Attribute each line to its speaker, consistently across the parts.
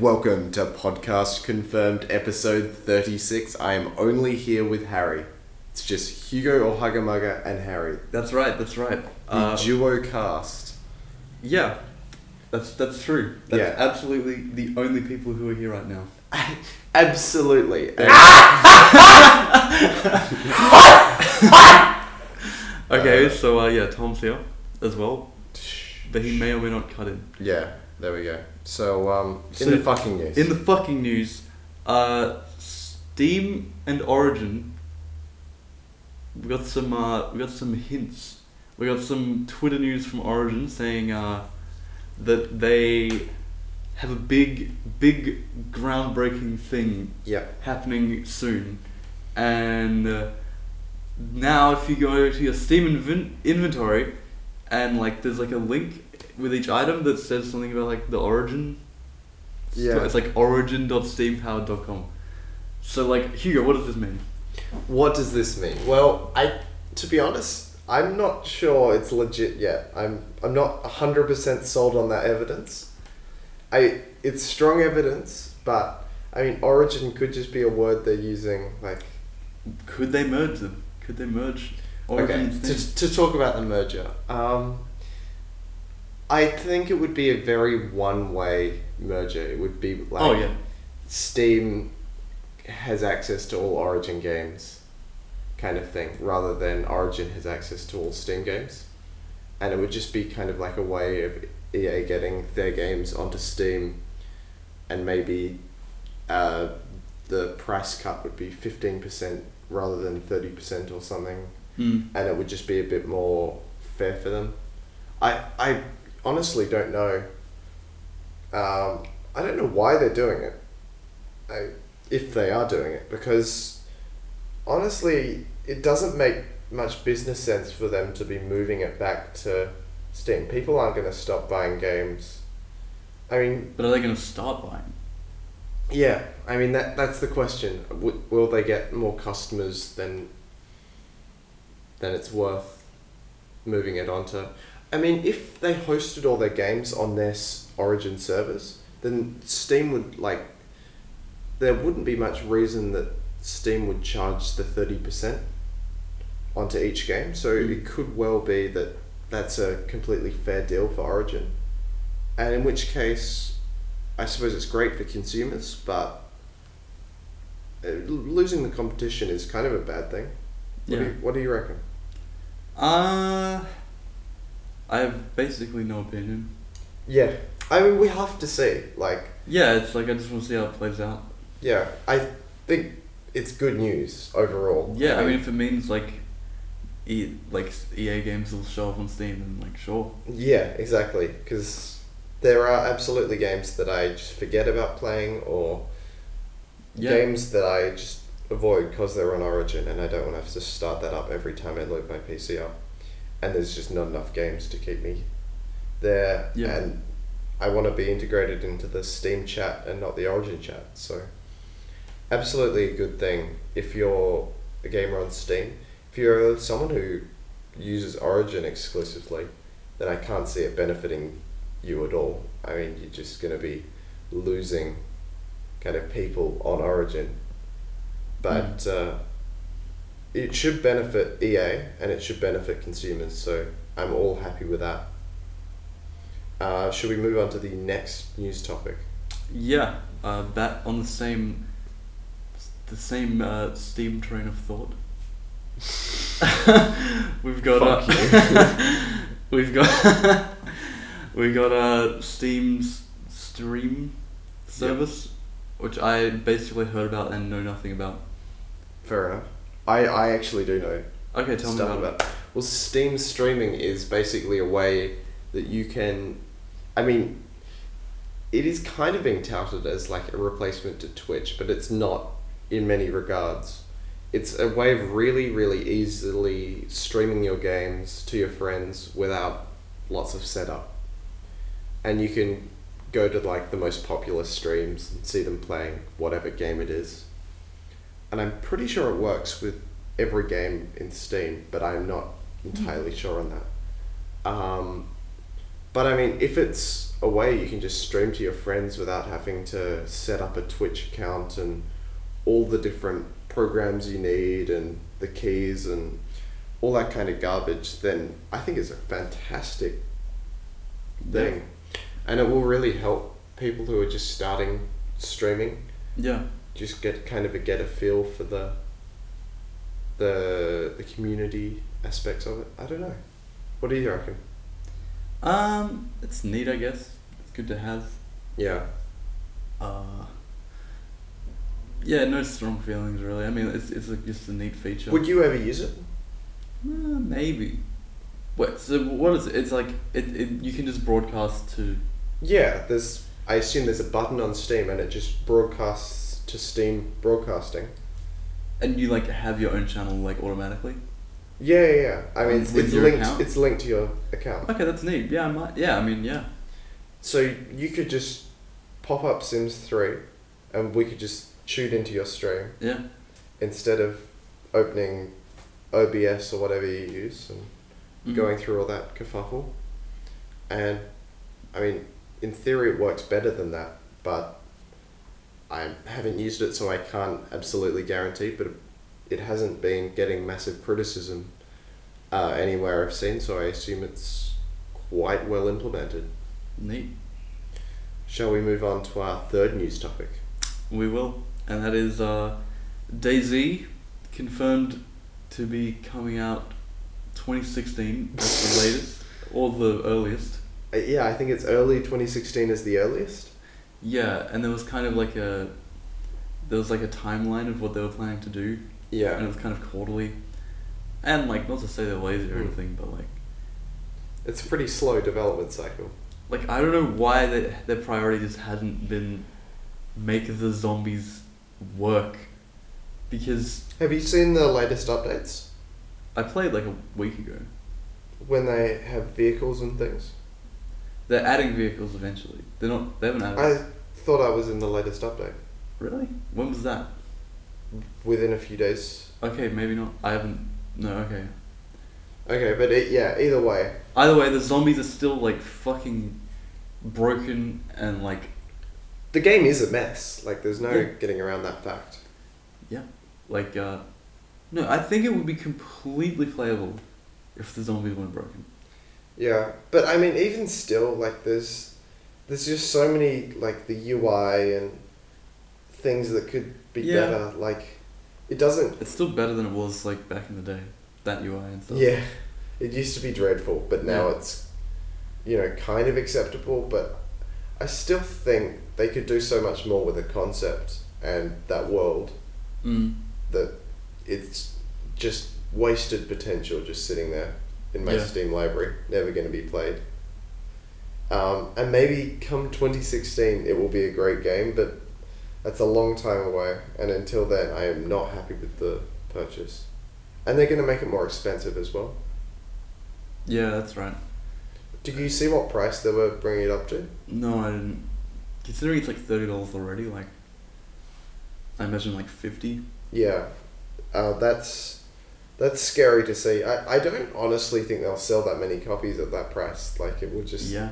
Speaker 1: Welcome to Podcast Confirmed episode 36. I am only here with Harry. It's just Hugo or Hugamaga and Harry.
Speaker 2: That's right. That's right.
Speaker 1: The
Speaker 2: Uh,
Speaker 1: duo cast.
Speaker 2: yeah, that's that's true. That's
Speaker 1: Yeah.
Speaker 2: absolutely the only people who are here right now.
Speaker 1: Absolutely. And-
Speaker 2: Okay,
Speaker 1: Uh,
Speaker 2: so uh, yeah, Tom's here as well, but he may or may not cut in.
Speaker 1: yeah, there we go. So, um, in
Speaker 2: So-
Speaker 1: the fucking news.
Speaker 2: In the fucking news, uh, Steam and Origin. We got some. Uh, we got some hints. We got some Twitter news from Origin saying uh, that they have a big, big, groundbreaking thing
Speaker 1: yeah.
Speaker 2: happening soon. And uh, now, if you go to your Steam inven- inventory, and like there's like a link with each item that says something about like the origin. So
Speaker 1: Yeah.
Speaker 2: it's like origin.steampowered.com. So like Hugo, what does this mean?
Speaker 1: What does this mean? Well, I, to be honest, I'm not sure it's legit yet. I'm, I'm not 100% sold on that evidence. I, it's strong evidence, but I mean, origin could just be a word they're using, like,
Speaker 2: Could they merge them? Could they merge origin
Speaker 1: Okay,
Speaker 2: and Steam?
Speaker 1: to, to talk about the merger, um, I think it would be a very one way merger. It would be like
Speaker 2: oh yeah.
Speaker 1: Steam has access to all Origin games, kind of thing, rather than Origin has access to all Steam games. And it would just be kind of like a way of EA getting their games onto Steam, and maybe uh, the price cut would be 15% rather than 30% or something
Speaker 2: Hmm.
Speaker 1: and it would just be a bit more fair for them. I I honestly don't know. Um, I don't know why they're doing it. I, if they are doing it, because honestly, it doesn't make much business sense for them to be moving it back to Steam. People aren't going to stop buying games. I mean,
Speaker 2: But are they going to start buying?
Speaker 1: yeah, I mean that that's the question. W- will they get more customers than than it's worth moving it onto? I mean, if they hosted all their games on their s- Origin servers, then Steam would like there wouldn't be much reason that Steam would charge the 30% onto each game. So
Speaker 2: Mm.
Speaker 1: it could well be that that's a completely fair deal for Origin. And in which case, I suppose it's great for consumers, but uh, l- losing the competition is kind of a bad thing. What, do, you, what do you reckon?
Speaker 2: Uh, I have basically no opinion.
Speaker 1: Yeah. I mean, we have to see. Like,
Speaker 2: Yeah, it's like I just want to see how it plays out.
Speaker 1: yeah, I think it's good news overall.
Speaker 2: Yeah, I mean, if it means like, e- like EA games will show up on Steam, then like sure.
Speaker 1: Yeah, exactly. Because there are absolutely games that I just forget about playing, or
Speaker 2: Yeah.
Speaker 1: games that I just avoid because they're on Origin, and I don't want to have to start that up every time I load my PC up. And there's just not enough games to keep me there,
Speaker 2: Yeah.
Speaker 1: and I want to be integrated into the Steam chat and not the Origin chat. So, absolutely a good thing if you're a gamer on Steam. If you're someone who uses Origin exclusively, then I can't see it benefiting you at all. I mean, you're just going to be losing kind of people on Origin. But uh, it should benefit EA and it should benefit consumers, so I'm all happy with that. Uh, should we move on to the next news topic?
Speaker 2: Yeah. Uh, that on the same, the same uh, Steam train of thought. we've
Speaker 1: Fuck
Speaker 2: got uh, we've got we got a Steam's stream service, which I basically heard about and know nothing about.
Speaker 1: Fair enough. I, I actually do know
Speaker 2: Okay, tell me
Speaker 1: stuff
Speaker 2: about, it.
Speaker 1: about. Well, Steam streaming is basically a way that you can. I mean, it is kind of being touted as like a replacement to Twitch, but it's not in many regards. It's a way of really, really easily streaming your games to your friends without lots of setup. And you can go to like the most popular streams and see them playing whatever game it is. And I'm pretty sure it works with every game in Steam, but I'm not entirely sure on that. Um, But I mean, if it's a way you can just stream to your friends without having to set up a Twitch account and all the different programs you need and the keys and all that kind of garbage, then I think it's a fantastic thing. And it will really help people who are just starting streaming
Speaker 2: Yeah.
Speaker 1: just get kind of a get a feel for the the the community aspects of it. I don't know. What do you reckon?
Speaker 2: Um, it's neat, I guess. It's good to have.
Speaker 1: Yeah.
Speaker 2: Uh, yeah, no strong feelings really. I mean, it's it's a, just a neat feature.
Speaker 1: Would you ever use it?
Speaker 2: Uh, maybe. Wait, so what is it? It's like it, it you can just broadcast to.
Speaker 1: Yeah, there's. I assume there's a button on Steam, and it just broadcasts to Steam broadcasting.
Speaker 2: And you like have your own channel like automatically.
Speaker 1: Yeah, yeah. yeah. I mean, it's,
Speaker 2: With
Speaker 1: it's
Speaker 2: your
Speaker 1: linked.
Speaker 2: account?
Speaker 1: It's linked to your account,
Speaker 2: Okay, that's neat. Yeah, I might. Yeah, I mean, yeah.
Speaker 1: so you could just pop up Sims Three, and we could just tune into your stream
Speaker 2: Yeah.
Speaker 1: instead of opening OBS or whatever you use and
Speaker 2: Mhm.
Speaker 1: going through all that kerfuffle. And I mean, in theory, it works better than that, but I haven't used it, so I can't absolutely guarantee. But it hasn't been getting massive criticism uh, anywhere I've seen, so I assume it's quite well implemented.
Speaker 2: Neat.
Speaker 1: Shall we move on to our third news topic?
Speaker 2: We will, and that is uh, Daisy confirmed to be coming out twenty sixteen at the latest or the earliest.
Speaker 1: Uh, yeah, I think it's early 2016 is the earliest.
Speaker 2: Yeah, and there was kind of like a there was like a timeline of what they were planning to do, and it
Speaker 1: Yeah.
Speaker 2: was kind of quarterly. And like not to say they're lazy or
Speaker 1: Mm.
Speaker 2: anything, but like
Speaker 1: It's a pretty slow development cycle.
Speaker 2: like I don't know why they, their priority just hasn't been make the zombies work, because
Speaker 1: Have you seen the latest updates?
Speaker 2: I played like a week ago.
Speaker 1: When they have vehicles and things?
Speaker 2: They're adding vehicles eventually. They're not. They haven't added.
Speaker 1: I thought I was in the latest update.
Speaker 2: really? When was that?
Speaker 1: Within a few days.
Speaker 2: Okay, maybe not. I haven't. No. Okay.
Speaker 1: Okay, but it, yeah, either way.
Speaker 2: Either way, the zombies are still like fucking broken and like
Speaker 1: The game is a mess. Like, there's no
Speaker 2: Yeah.
Speaker 1: getting around that fact.
Speaker 2: like. uh No, I think it would be completely playable if the zombies weren't broken.
Speaker 1: Yeah, but I mean, even still, like there's, there's just so many like the UI and things that could be
Speaker 2: Yeah.
Speaker 1: better. Like, it doesn't.
Speaker 2: It's still better than it was like back in the day. That UI and stuff.
Speaker 1: Yeah, it used to be dreadful, but now
Speaker 2: Yeah.
Speaker 1: it's, you know, kind of acceptable. But I still think they could do so much more with the concept and that world
Speaker 2: Mm.
Speaker 1: that it's just wasted potential just sitting there in my
Speaker 2: Yeah.
Speaker 1: Steam library, never going to be played. Um, and maybe come 2016, it will be a great game, but that's a long time away. And until then, I am not happy with the purchase. And they're going to make it more expensive as well.
Speaker 2: Yeah, that's right.
Speaker 1: Did you see what price they were bringing it up to?
Speaker 2: No, I didn't. Considering it's like thirty dollars already, like. I imagine like fifty.
Speaker 1: Yeah, uh, that's that's scary to see. I, I don't honestly think they'll sell that many copies at that price. Like it will just.
Speaker 2: yeah.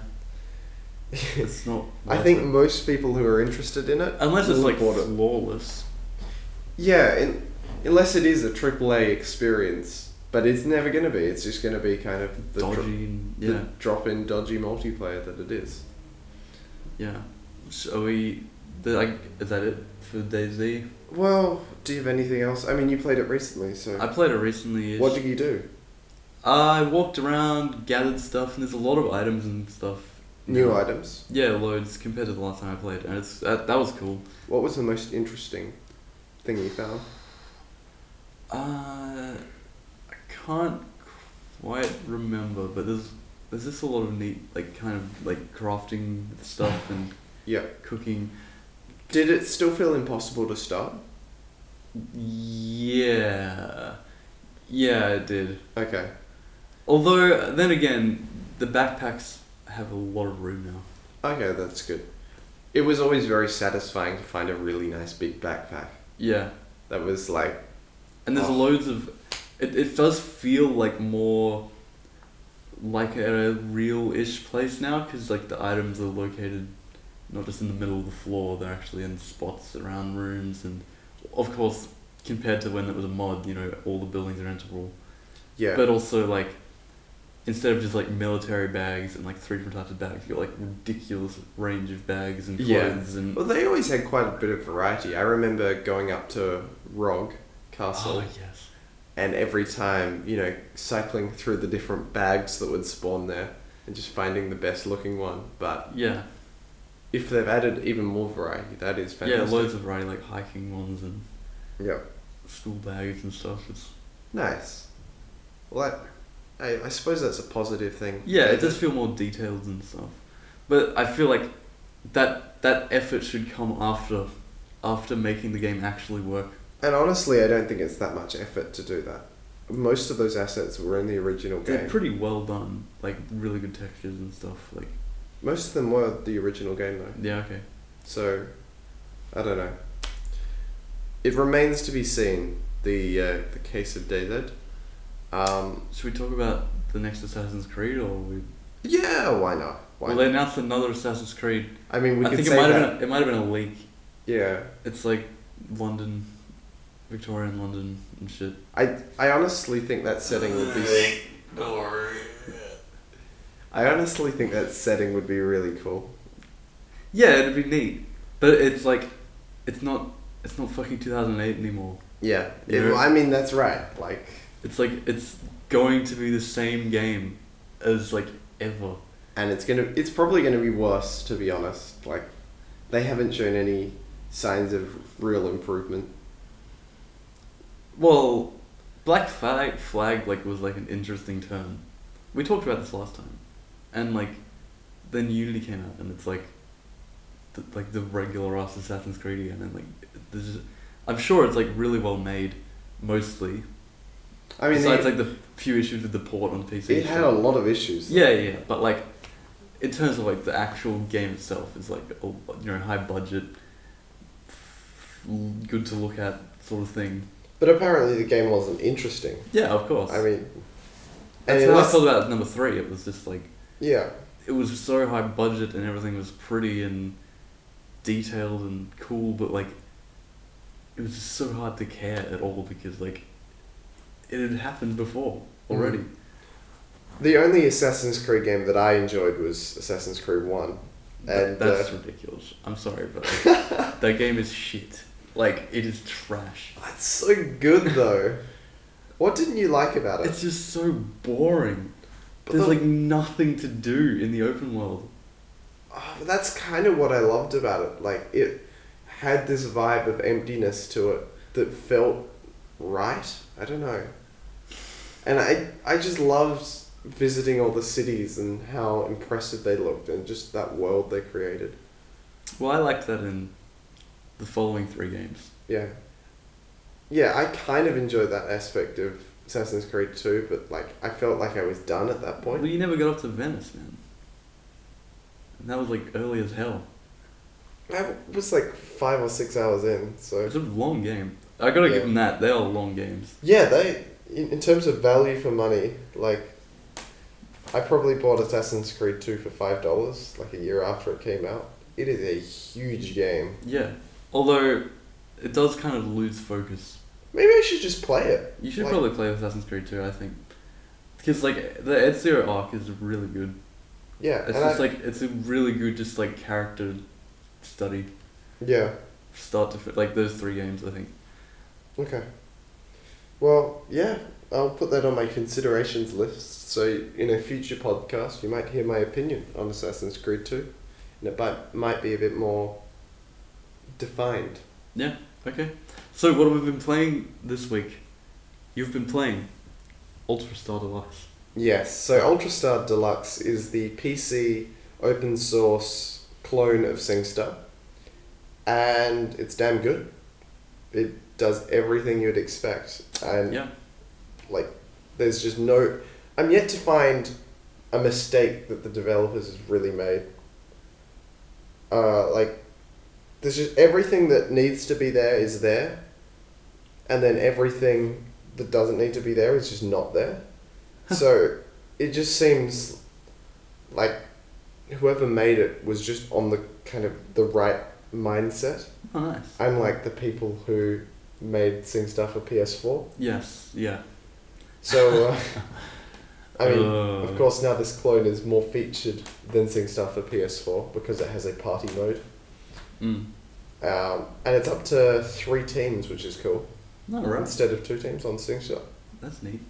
Speaker 2: It's not.
Speaker 1: I
Speaker 2: worth
Speaker 1: think
Speaker 2: it.
Speaker 1: most people who are interested in it,
Speaker 2: unless it's
Speaker 1: will
Speaker 2: like
Speaker 1: have bought it.
Speaker 2: flawless.
Speaker 1: yeah, in, unless it is a AAA experience, but it's never going to be. It's just going to be kind of the, dro-
Speaker 2: dodgy. and
Speaker 1: the
Speaker 2: yeah,
Speaker 1: drop-in dodgy multiplayer that it is.
Speaker 2: yeah. So we, the, like, is that it for Daisy?
Speaker 1: Well, do you have anything else? I mean, you played it recently, so
Speaker 2: I played it recently.
Speaker 1: what did you do?
Speaker 2: I walked around, gathered stuff, and there's a lot of items and stuff.
Speaker 1: New
Speaker 2: Yeah.
Speaker 1: items.
Speaker 2: Yeah, loads compared to the last time I played, and it's that, that was cool.
Speaker 1: What was the most interesting thing you found?
Speaker 2: Uh, I can't quite remember, but there's there's just a lot of neat like kind of like crafting stuff and
Speaker 1: Yeah.
Speaker 2: cooking.
Speaker 1: Did it still feel impossible to start?
Speaker 2: Yeah, yeah, it did.
Speaker 1: Okay.
Speaker 2: Although, then again, the backpacks have a lot of room now.
Speaker 1: Okay, that's good. It was always very satisfying to find a really nice big backpack
Speaker 2: Yeah,
Speaker 1: that was like
Speaker 2: and there's
Speaker 1: Oh.
Speaker 2: loads of. It, it does feel like more like at a real-ish place now because like the items are located not just in the middle of the floor they're actually in spots around rooms and of course compared to when it was a mod you know all the buildings are rentable
Speaker 1: Yeah.
Speaker 2: but um, also like instead of just like military bags and like three different types of bags you got like ridiculous range of bags and
Speaker 1: Yeah.
Speaker 2: clothes and
Speaker 1: well, they always had quite a bit of variety. I remember going up to Rog Castle
Speaker 2: oh yes
Speaker 1: and every time, you know, cycling through the different bags that would spawn there and just finding the best looking one. But
Speaker 2: yeah
Speaker 1: if they've added even more variety, that is fantastic.
Speaker 2: yeah loads of variety like hiking ones and
Speaker 1: Yeah.
Speaker 2: school bags and stuff it's
Speaker 1: Nice. Well, that, I, I suppose that's a positive thing.
Speaker 2: Yeah, it does feel more detailed and stuff. But I feel like that that effort should come after after making the game actually work.
Speaker 1: And honestly, I don't think it's that much effort to do that. Most of those assets were in the original game.
Speaker 2: They're pretty well done, like really good textures and stuff. Like
Speaker 1: Most of them were the original game, though.
Speaker 2: yeah, okay.
Speaker 1: So, I don't know. It remains to be seen the uh, the case of DayZ. Um,
Speaker 2: Should we talk about the next Assassin's Creed or we?
Speaker 1: yeah, why not? Why
Speaker 2: Well, they
Speaker 1: not?
Speaker 2: announced another Assassin's Creed.
Speaker 1: I mean, we
Speaker 2: I
Speaker 1: could
Speaker 2: think
Speaker 1: say
Speaker 2: it might
Speaker 1: that.
Speaker 2: have been a, it might have been a leak.
Speaker 1: yeah,
Speaker 2: It's like London, Victorian London and shit.
Speaker 1: I I honestly think that setting would be. s- I honestly think that setting would be really cool.
Speaker 2: Yeah, it'd be neat, but it's like, it's not it's not fucking two thousand eight anymore.
Speaker 1: Yeah,
Speaker 2: You
Speaker 1: it-
Speaker 2: know-
Speaker 1: I mean that's right. Like,
Speaker 2: It's like it's going to be the same game as like ever.
Speaker 1: and it's gonna it's probably gonna be worse to be honest. Like, they haven't shown any signs of real improvement.
Speaker 2: Well, Black Flag flag like was like an interesting turn. We talked about this last time, and like then Unity came out, and it's like the, like the regular ass Assassin's Creed again, and like there's just, I'm sure it's like really well made, mostly.
Speaker 1: I mean,
Speaker 2: besides
Speaker 1: they-
Speaker 2: like the few issues with the port on PC.
Speaker 1: it had a lot of issues.
Speaker 2: Yeah, yeah, but like, in terms of like the actual game itself, is like a, you know high budget, l- good to look at sort of thing.
Speaker 1: But apparently the game wasn't interesting.
Speaker 2: Yeah, of course.
Speaker 1: I mean, and
Speaker 2: that's
Speaker 1: it
Speaker 2: how I
Speaker 1: was,
Speaker 2: felt about number three. It was just like
Speaker 1: yeah,
Speaker 2: it was so high budget and everything was pretty and detailed and cool, but like it was just so hard to care at all because like it had happened before already.
Speaker 1: the only Assassin's Creed game that I enjoyed was Assassin's Creed One.
Speaker 2: That,
Speaker 1: And,
Speaker 2: that's
Speaker 1: uh,
Speaker 2: ridiculous. I'm sorry, but like, that game is shit. Like it is trash.
Speaker 1: That's so good though. what didn't you like about it?
Speaker 2: It's just so boring.
Speaker 1: Uh, But
Speaker 2: There's
Speaker 1: the-
Speaker 2: like nothing to do in the open world.
Speaker 1: Oh, but that's kind of what I loved about it. Like it had this vibe of emptiness to it that felt right. I don't know. And I I just loved visiting all the cities and how impressive they looked and just that world they created.
Speaker 2: Well, I liked that in the following three games.
Speaker 1: Yeah. Yeah, I kind of enjoyed that aspect of Assassin's Creed 2, but like I felt like I was done at that
Speaker 2: Well,
Speaker 1: point.
Speaker 2: you never got up to Venice, man. And that was like early as hell.
Speaker 1: I was like 5 or 6 hours in, so
Speaker 2: It's a long game. I gotta
Speaker 1: Yeah.
Speaker 2: give them that. They are long games.
Speaker 1: Yeah, they in, in terms of value for money, like I probably bought Assassin's Creed 2 for $5 like a year after it came out. It is a huge game.
Speaker 2: Yeah. Although it does kind of lose focus
Speaker 1: Maybe I should just play it.
Speaker 2: You should
Speaker 1: Like-
Speaker 2: probably play Assassin's Creed 2, I think. Because, like, the Ezio arc is really good.
Speaker 1: Yeah.
Speaker 2: It's
Speaker 1: and
Speaker 2: just,
Speaker 1: I-
Speaker 2: like, it's a really good, just, like, character study.
Speaker 1: yeah.
Speaker 2: Start to, fi- like, those three games, I think.
Speaker 1: Okay. Well, yeah, I'll put that on my considerations list. So in a future podcast, you might hear my opinion on Assassin's Creed 2. And it might, might be a bit more defined.
Speaker 2: Yeah, okay. So, what have we been playing this week? You've been playing Ultra Star Deluxe.
Speaker 1: Yes, so Ultrastar Deluxe is the PC open source clone of SingStar. And it's damn good. It does everything you'd expect. And
Speaker 2: Yeah.
Speaker 1: like there's just no I'm yet to find a mistake that the developers has really made. Uh, like there's just everything that needs to be there is there, and then everything that doesn't need to be there is just not there. so it just seems like whoever made it was just on the kind of the right mindset.
Speaker 2: Oh, nice.
Speaker 1: Unlike the people who made Sing Stuff for PS4.
Speaker 2: Yes, yeah.
Speaker 1: So, uh, I mean,
Speaker 2: Uh,
Speaker 1: of course, now this clone is more featured than Sing Stuff for PS4 because it has a party mode.
Speaker 2: Mm.
Speaker 1: Um, and it's up to three teams, which is cool.
Speaker 2: All Oh, right.
Speaker 1: Instead of two teams on Sing Stuff.
Speaker 2: That's neat.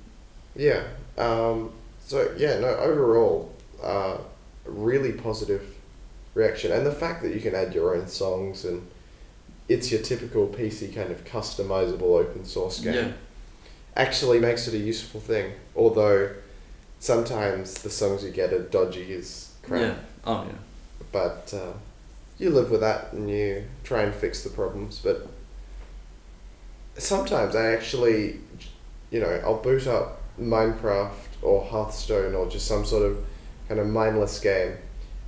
Speaker 1: Yeah. Um, so yeah, no. Overall, uh, really positive reaction, and the fact that you can add your own songs and it's your typical PC kind of customizable open source game
Speaker 2: Yeah.
Speaker 1: actually makes it a useful thing. Although sometimes the songs you get are dodgy as crap,
Speaker 2: Yeah. Oh yeah.
Speaker 1: but uh, you live with that and you try and fix the problems. But sometimes I actually, you know, I'll boot up Minecraft or Hearthstone or just some sort of kind of mindless game,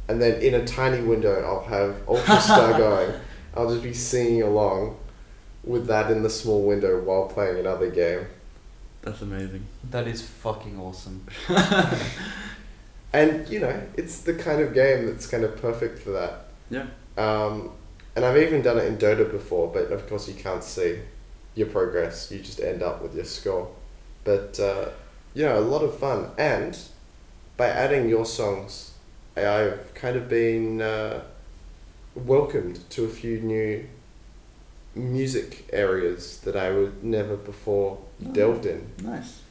Speaker 1: and then in a tiny window I'll have Ultra Star going. I'll just be singing along with that in the small window while playing another game.
Speaker 2: That's amazing.
Speaker 3: That is fucking awesome.
Speaker 1: And you know, it's the kind of game that's kind of perfect for that.
Speaker 2: Yeah.
Speaker 1: Um, and I've even done it in Dota before, but of course you can't see your progress. You just end up with your score. But uh, you know, a lot of fun. And by adding your songs, I- I've kind of been uh, welcomed to a few new music areas that I would never before
Speaker 2: Oh.
Speaker 1: delved in.
Speaker 2: Nice.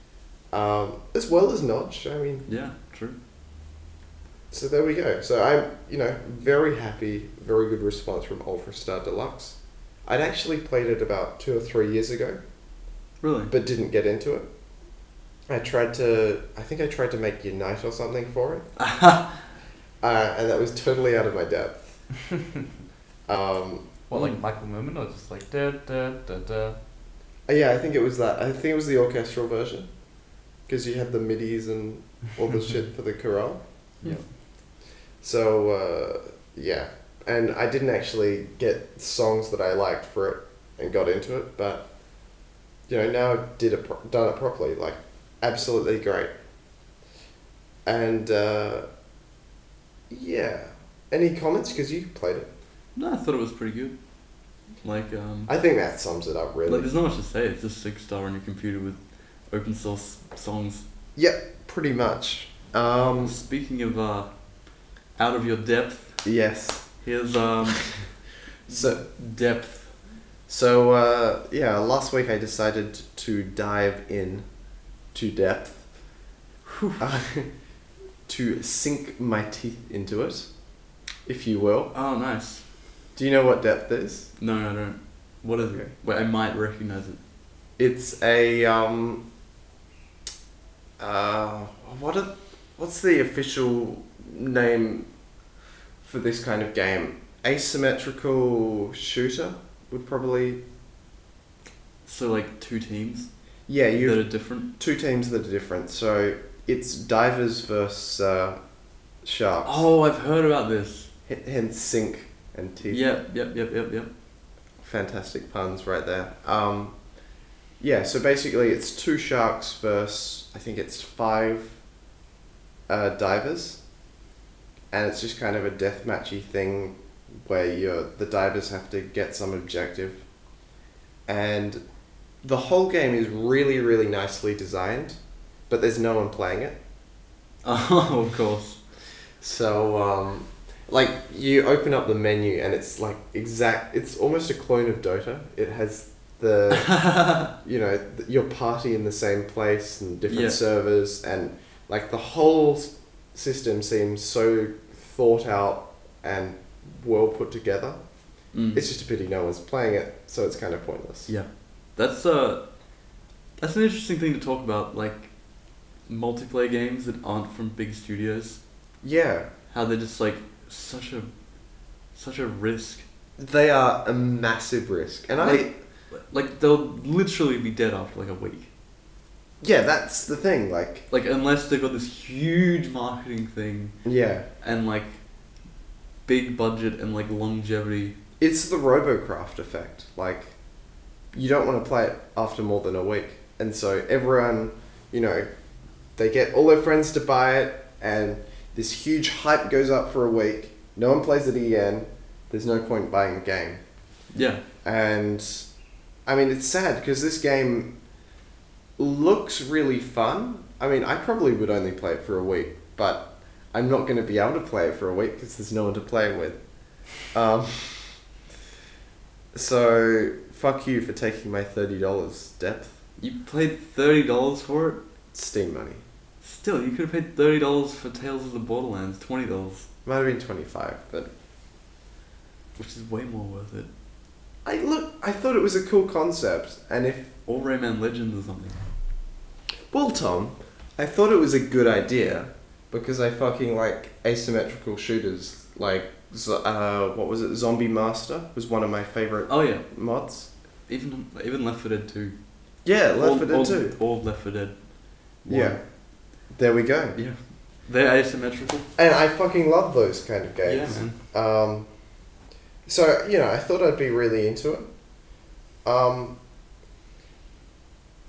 Speaker 1: Um, as well as Notch. I mean,
Speaker 2: Yeah. True.
Speaker 1: so there we go. So I'm, you know, very happy, very good response from Ultra Star Deluxe. I'd actually played it about two or three years ago,
Speaker 2: Really.
Speaker 1: but didn't get into it. I tried to, I think I tried to make Unite or something for it, uh, and that was totally out of my depth. um,
Speaker 3: What, like
Speaker 2: Mm.
Speaker 3: Michael Moomin or just like da da da da?
Speaker 1: Uh, yeah, I think it was that. I think it was the orchestral version, because you had the midis and all the shit for the chorale.
Speaker 3: Yeah.
Speaker 1: So uh, yeah, and I didn't actually get songs that I liked for it and got into it, but you know now I've did it pro- done it properly, like absolutely great. And uh, yeah, any comments because you played it?
Speaker 2: No, I thought it was pretty good. Like um.
Speaker 1: I think that sums it up really.
Speaker 2: Like there's not much to say. It's just six star on your computer with open source songs.
Speaker 1: Pretty much. Um,
Speaker 2: Speaking of uh, out of your depth,
Speaker 1: yes.
Speaker 2: here's um
Speaker 1: So
Speaker 2: depth.
Speaker 1: so uh, yeah, last week I decided to dive in to depth. uh, to sink my teeth into it, if you will.
Speaker 2: Oh, nice.
Speaker 1: Do you know what depth is?
Speaker 2: No, I don't. What is it?
Speaker 1: Okay.
Speaker 2: Wait, I might recognize it.
Speaker 1: It's a um. Uh, what are, what's the official name for this kind of game? Asymmetrical shooter would probably
Speaker 2: So like two teams
Speaker 1: yeah
Speaker 2: that
Speaker 1: you
Speaker 2: are different.
Speaker 1: two teams that are different. So it's divers versus uh, sharks.
Speaker 2: Oh, I've heard about this.
Speaker 1: H- hence sink and teeth.
Speaker 2: Yep, yep, yep, yep, yep.
Speaker 1: fantastic puns right there. Um, yeah, so basically it's two sharks versus I think it's five uh, divers, and it's just kind of a deathmatchy thing where you're the divers have to get some objective, and the whole game is really really nicely designed, but there's no one playing it.
Speaker 2: Oh, of course.
Speaker 1: So, um, like, you open up the menu and it's like exact. It's almost a clone of Dota. It has the, you know, th- your party in the same place and different
Speaker 2: Yeah.
Speaker 1: servers and like the whole s- system seems so thought out and well put together.
Speaker 2: Mm.
Speaker 1: It's just a pity no one's playing it, so it's kind of pointless.
Speaker 2: Yeah, that's uh, that's an interesting thing to talk about. Like multiplayer games that aren't from big studios,
Speaker 1: Yeah,
Speaker 2: how they're just like such a such a risk.
Speaker 1: they are a massive risk, and I.
Speaker 2: Like- Like they'll literally be dead after like a week.
Speaker 1: yeah, that's the thing. Like,
Speaker 2: Like unless they've got this huge marketing thing
Speaker 1: yeah,
Speaker 2: and like big budget and like longevity.
Speaker 1: It's the RoboCraft effect. Like, you don't want to play it after more than a week, and so everyone, you know, They get all their friends to buy it, and this huge hype goes up for a week. No one plays it again. There's no point buying the game.
Speaker 2: Yeah.
Speaker 1: And I mean, it's sad because this game looks really fun. I mean, I probably would only play it for a week, but I'm not going to be able to play it for a week because there's no one to play with. Um, so, fuck you for taking my $30 depth.
Speaker 2: You played thirty dollars for it.
Speaker 1: Steam money.
Speaker 2: Still, you could have paid thirty dollars for Tales of the Borderlands. Twenty dollars,
Speaker 1: Might have been 25 but
Speaker 2: which is way more worth it.
Speaker 1: I look, I thought it was a cool concept, and if
Speaker 2: Or Rayman Legends or something.
Speaker 1: Well, Tom, I thought it was a good idea because I fucking like asymmetrical shooters. Like, zo- uh, what was it? Zombie Master was one of my favorite
Speaker 2: Oh yeah,
Speaker 1: mods.
Speaker 2: even even Left 4 Dead 2.
Speaker 1: Yeah, Left
Speaker 2: All-
Speaker 1: 4 Dead
Speaker 2: all-
Speaker 1: 2.
Speaker 2: All Left 4 Dead. one.
Speaker 1: Yeah. There we go.
Speaker 2: Yeah. They're asymmetrical.
Speaker 1: And I fucking love those kind of
Speaker 2: Yeah,
Speaker 1: games.
Speaker 2: man.
Speaker 1: Um, so you know, I thought I'd be really into it. Um,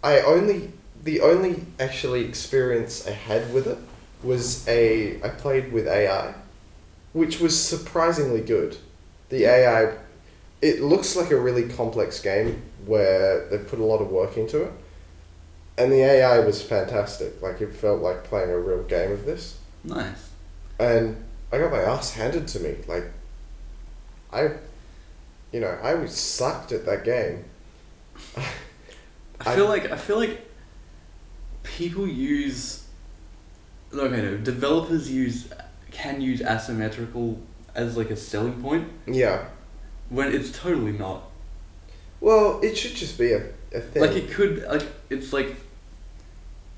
Speaker 1: I only the only actually experience I had with it was a I played with AI, which was surprisingly good. The AI, it looks like a really complex game where they put a lot of work into it, and the AI was fantastic. Like it felt like playing a real game of this
Speaker 2: Nice.
Speaker 1: and I got my ass handed to me. Like, I, you know, I was sucked at that game.
Speaker 2: I
Speaker 1: I-
Speaker 2: feel like I feel like people use okay no developers use can use asymmetrical as like a selling point
Speaker 1: Yeah.
Speaker 2: when it's totally not.
Speaker 1: Well, it should just be a, a thing.
Speaker 2: Like it could like it's like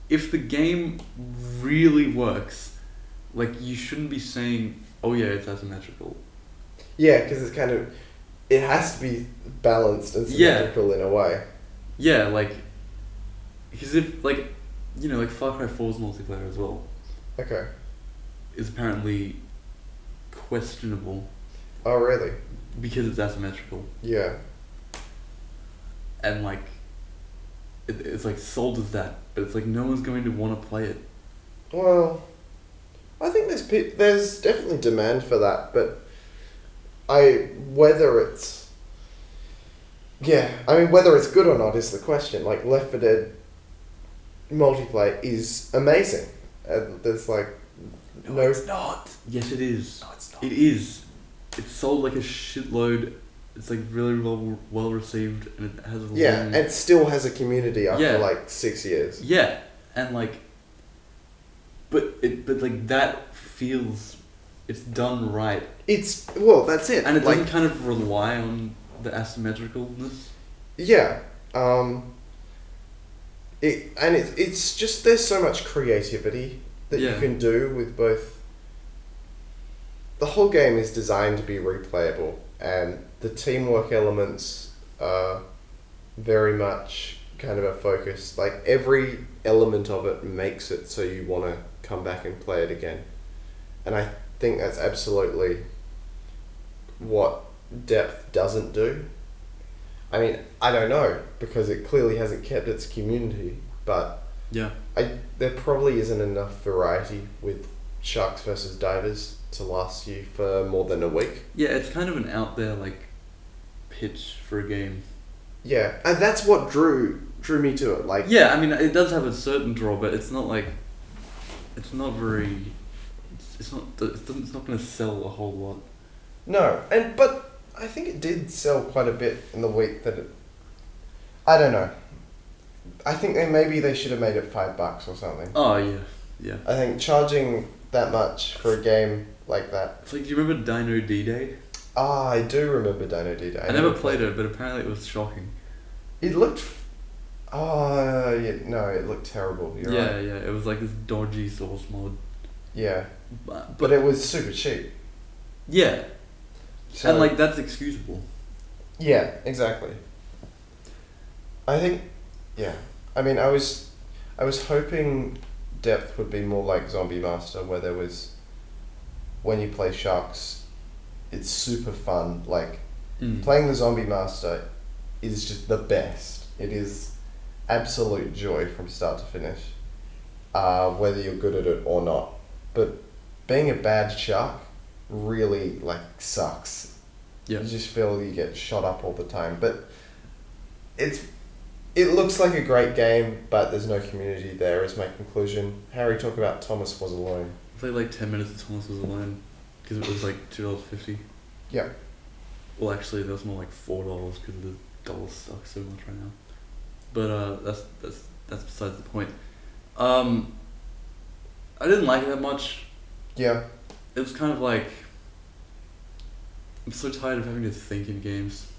Speaker 2: if the game really works, like you shouldn't be saying, Oh yeah, it's asymmetrical.
Speaker 1: yeah, because it's kind of, it has to be balanced and
Speaker 2: Yeah.
Speaker 1: symmetrical in a way.
Speaker 2: Yeah, like because if like you know, like Far Cry 4's multiplayer as well
Speaker 1: Okay.
Speaker 2: is apparently questionable
Speaker 1: Oh, really?
Speaker 2: because it's asymmetrical
Speaker 1: Yeah.
Speaker 2: and like it, it's like sold as that, but it's like no one's going to want to play it.
Speaker 1: Well, I think there's pe- there's definitely demand for that, but I whether it's yeah, I mean whether it's good or not is the question. Like Left 4 Dead multiplayer is amazing, and there's like no,
Speaker 2: not. Yes, it is.
Speaker 3: No, it's not.
Speaker 2: It is. It's sold like a shitload. It's like really well well received, and it has a
Speaker 1: yeah,
Speaker 2: long-
Speaker 1: it still has a community after
Speaker 2: Yeah.
Speaker 1: like six years.
Speaker 2: yeah, and like, but it but like that feels, it's done right,
Speaker 1: It's well, that's it,
Speaker 2: and it
Speaker 1: like
Speaker 2: doesn't kind of rely on the asymmetricalness.
Speaker 1: yeah, um, it and it, it's just there's so much creativity that
Speaker 2: Yeah.
Speaker 1: you can do with both. The whole game is designed to be replayable, and the teamwork elements are very much kind of a focus. Like every element of it makes it so you want to come back and play it again, and I think that's absolutely what depth doesn't do. I mean, I don't know because it clearly hasn't kept its community, but
Speaker 2: Yeah,
Speaker 1: I there probably isn't enough variety with sharks versus divers to last you for more than a week.
Speaker 2: yeah, it's kind of an out there like pitch for a game.
Speaker 1: Yeah, and that's what drew drew me to it. Like,
Speaker 2: Yeah, I mean it does have a certain draw, but it's not like, it's not very, it's, it's not it doesn't- it's not gonna sell a whole lot.
Speaker 1: no, and but I think it did sell quite a bit in the week that it. I don't know. I think they maybe they should have made it five bucks or something.
Speaker 2: Oh yeah, yeah.
Speaker 1: I think charging that much for a game like that.
Speaker 2: It's like, do you remember Dino D Day?
Speaker 1: Ah, I do remember Dino D Day.
Speaker 2: I never played it, but apparently it was shocking.
Speaker 1: It looked. f- Oh, yeah, no, it looked terrible. You're
Speaker 2: yeah,
Speaker 1: right.
Speaker 2: yeah, it was like this dodgy source mod.
Speaker 1: Yeah.
Speaker 2: But,
Speaker 1: But it was super cheap.
Speaker 2: yeah,
Speaker 1: So,
Speaker 2: and like that's excusable.
Speaker 1: Yeah, exactly. I think. Yeah. I mean, I was. I was hoping depth would be more like Zombie Master, where there was. When you play sharks, it's super fun. Like,
Speaker 2: Mm.
Speaker 1: playing the Zombie Master is just the best. It is absolute joy from start to finish. uh, whether you're good at it or not. But being a bad shark really like sucks.
Speaker 2: Yeah.
Speaker 1: You just feel you get shot up all the time. But it's it looks like a great game, but there's no community there is my conclusion. Harry talk about Thomas was alone.
Speaker 2: I played like 10 minutes of Thomas Was Alone because it was like $2.50.
Speaker 1: Yeah.
Speaker 2: Well, actually, that was more like $4 because the dollar sucks so much right now. But uh, that's, that's, that's besides the point. Um, I didn't like it that much.
Speaker 1: Yeah.
Speaker 2: It was kind of like. I'm so tired of having to think in games.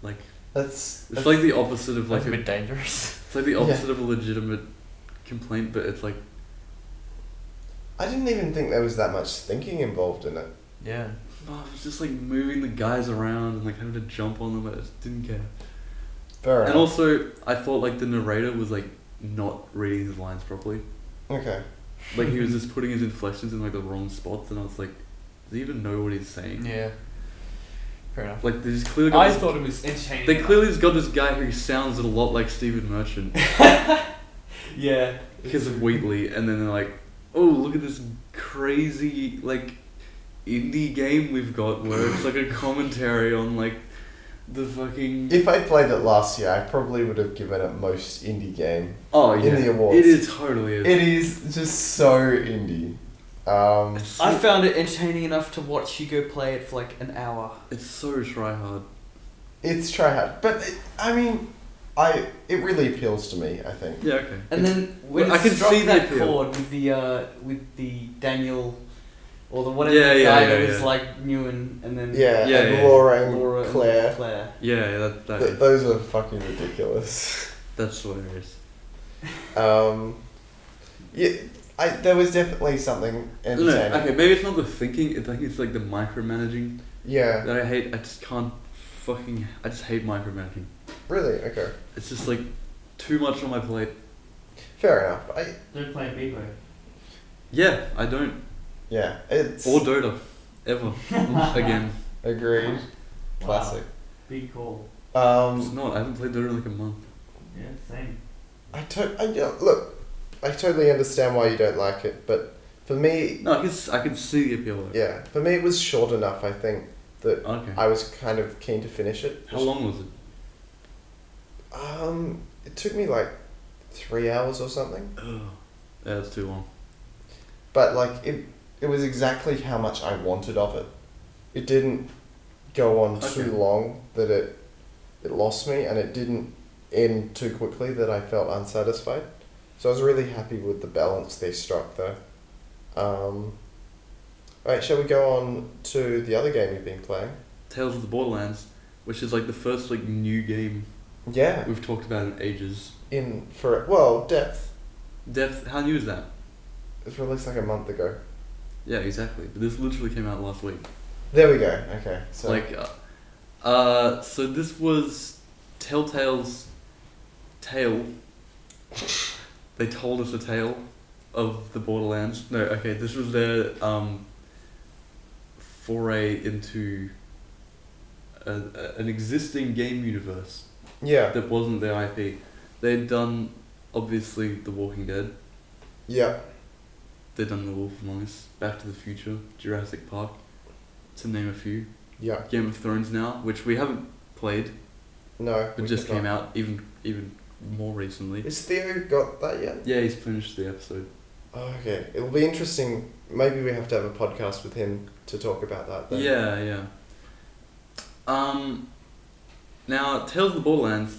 Speaker 2: Like,
Speaker 1: That's,
Speaker 2: it's
Speaker 1: that's
Speaker 2: like the opposite of like
Speaker 3: That's a
Speaker 2: a
Speaker 3: bit dangerous.
Speaker 2: It's like the
Speaker 1: Yeah.
Speaker 2: opposite of a legitimate complaint, but it's like
Speaker 1: I didn't even think there was that much thinking involved in it.
Speaker 3: Yeah.
Speaker 2: oh, it's just like moving the guys around and like having to jump on them. I just didn't care.
Speaker 1: Fair
Speaker 2: And
Speaker 1: enough.
Speaker 2: also, I thought like the narrator was like not reading his lines properly.
Speaker 1: okay.
Speaker 2: Like he was just putting his inflections in like the wrong spots, and I was like, does he even know what he's saying?
Speaker 3: Yeah. Fair enough.
Speaker 2: Like they just clearly got
Speaker 3: I
Speaker 2: this,
Speaker 3: thought it was entertaining.
Speaker 2: they
Speaker 3: enough.
Speaker 2: clearly just got this guy who sounds a lot like Stephen Merchant
Speaker 3: Yeah.
Speaker 2: because of Wheatley, and then they're like, oh look at this crazy like indie game we've got where it's like a commentary on like the fucking
Speaker 1: If I played it last year, I probably would have given it most indie game.
Speaker 2: oh
Speaker 1: in
Speaker 2: yeah
Speaker 1: the awards.
Speaker 2: it is totally is.
Speaker 1: It is just so indie. Um,
Speaker 2: It's so,
Speaker 3: I found it entertaining enough to watch you go play it for like an hour.
Speaker 2: it's so try hard.
Speaker 1: it's try hard, but it, I mean, I it really appeals to me. I think.
Speaker 2: Yeah, okay.
Speaker 3: And then when
Speaker 2: I
Speaker 3: it
Speaker 2: can
Speaker 3: struck
Speaker 2: see the
Speaker 3: that
Speaker 2: appeal.
Speaker 3: chord with the uh, with the Daniel or the whatever
Speaker 2: Yeah,
Speaker 3: the
Speaker 2: yeah,
Speaker 3: guy
Speaker 2: yeah,
Speaker 3: that was
Speaker 2: yeah.
Speaker 3: like Newen and then
Speaker 1: Yeah,
Speaker 2: Yeah,
Speaker 1: and
Speaker 2: yeah.
Speaker 1: Laura and
Speaker 3: Laura and
Speaker 1: Claire.
Speaker 3: Claire.
Speaker 2: Yeah, yeah, that, that
Speaker 1: Th- those are fucking ridiculous.
Speaker 2: that's hilarious.
Speaker 1: Um, yeah, I there was definitely something
Speaker 2: No, no,
Speaker 1: entertaining.
Speaker 2: okay, maybe it's not the thinking. I think it's like the micromanaging
Speaker 1: Yeah,
Speaker 2: that I hate. I just can't fucking. I just hate micromanaging.
Speaker 1: really. Okay,
Speaker 2: It's just like too much on my plate.
Speaker 1: fair enough. I
Speaker 3: Don't play Bebo.
Speaker 2: Yeah, I don't
Speaker 1: yeah, it's
Speaker 2: or Dota ever again.
Speaker 1: agreed. Classic.
Speaker 3: Big call.
Speaker 2: It's
Speaker 1: Um,
Speaker 2: not. I haven't played Dota in like a month.
Speaker 3: Yeah, same.
Speaker 1: I to- I yeah, look. I totally understand why you don't like it, but for me,
Speaker 2: No, I can s- I can see the appeal. Of it.
Speaker 1: yeah, for me it was short enough. I think that
Speaker 2: Okay.
Speaker 1: I was kind of keen to finish it.
Speaker 2: How long was it?
Speaker 1: Um, it took me like three hours or something,
Speaker 2: Ugh. Yeah, that's too long.
Speaker 1: but like it, it was exactly how much I wanted of it. It didn't go on
Speaker 2: Okay.
Speaker 1: too long that it, it lost me, and it didn't end too quickly that I felt unsatisfied. So I was really happy with the balance they struck, though. Um, right, shall we go on to the other game you've been playing?
Speaker 2: Tales of the Borderlands, which is like the first like new game
Speaker 1: Yeah,
Speaker 2: we've talked about in ages.
Speaker 1: in for well depth.
Speaker 2: Depth. How new is that?
Speaker 1: It was released like a month ago.
Speaker 2: Yeah, exactly. But this literally came out last week.
Speaker 1: There we go. Okay, so
Speaker 2: Like, uh, uh, so this was Telltale's tale. They told us a tale of the Borderlands. No, okay, this was their um, foray into a, a, an existing game universe
Speaker 1: yeah,
Speaker 2: that wasn't their IP. They'd done, obviously, The Walking Dead.
Speaker 1: yeah.
Speaker 2: They'd done The Wolf Among Us, Back to the Future, Jurassic Park, to name a few.
Speaker 1: Yeah.
Speaker 2: Game of Thrones now, which we haven't played,
Speaker 1: No.
Speaker 2: but just came out even even more recently.
Speaker 1: Is Theo got that yet?
Speaker 2: Yeah, he's finished the episode.
Speaker 1: Oh, okay. It'll be interesting. Maybe we have to have a podcast with him to talk about that. Then.
Speaker 2: Yeah, yeah. Um, now Tales of the Borderlands.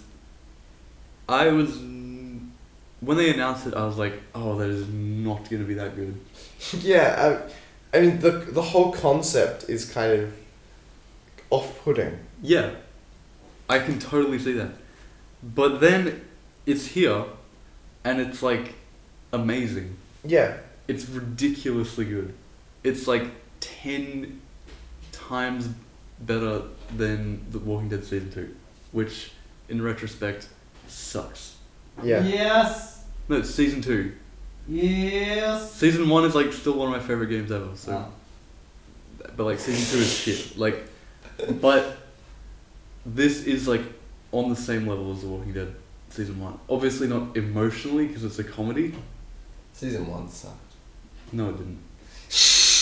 Speaker 2: I was when they announced it, I was like, oh, that is not gonna be that good.
Speaker 1: yeah. I, I mean, the the whole concept is kind of off-putting.
Speaker 2: Yeah, I can totally see that. But then it's here, and it's like amazing.
Speaker 1: Yeah.
Speaker 2: It's ridiculously good. It's like ten times better than The Walking Dead season two, which in retrospect sucks.
Speaker 1: Yeah.
Speaker 3: Yes.
Speaker 2: No, it's season two.
Speaker 3: Yes.
Speaker 2: Season one is like still one of my favorite games ever. So,
Speaker 3: Oh.
Speaker 2: but like season two is shit. Like, but this is like on the same level as The Walking Dead season one. Obviously not emotionally because it's a comedy,
Speaker 4: Season
Speaker 3: Oh.
Speaker 4: one sucked.
Speaker 2: No, it didn't.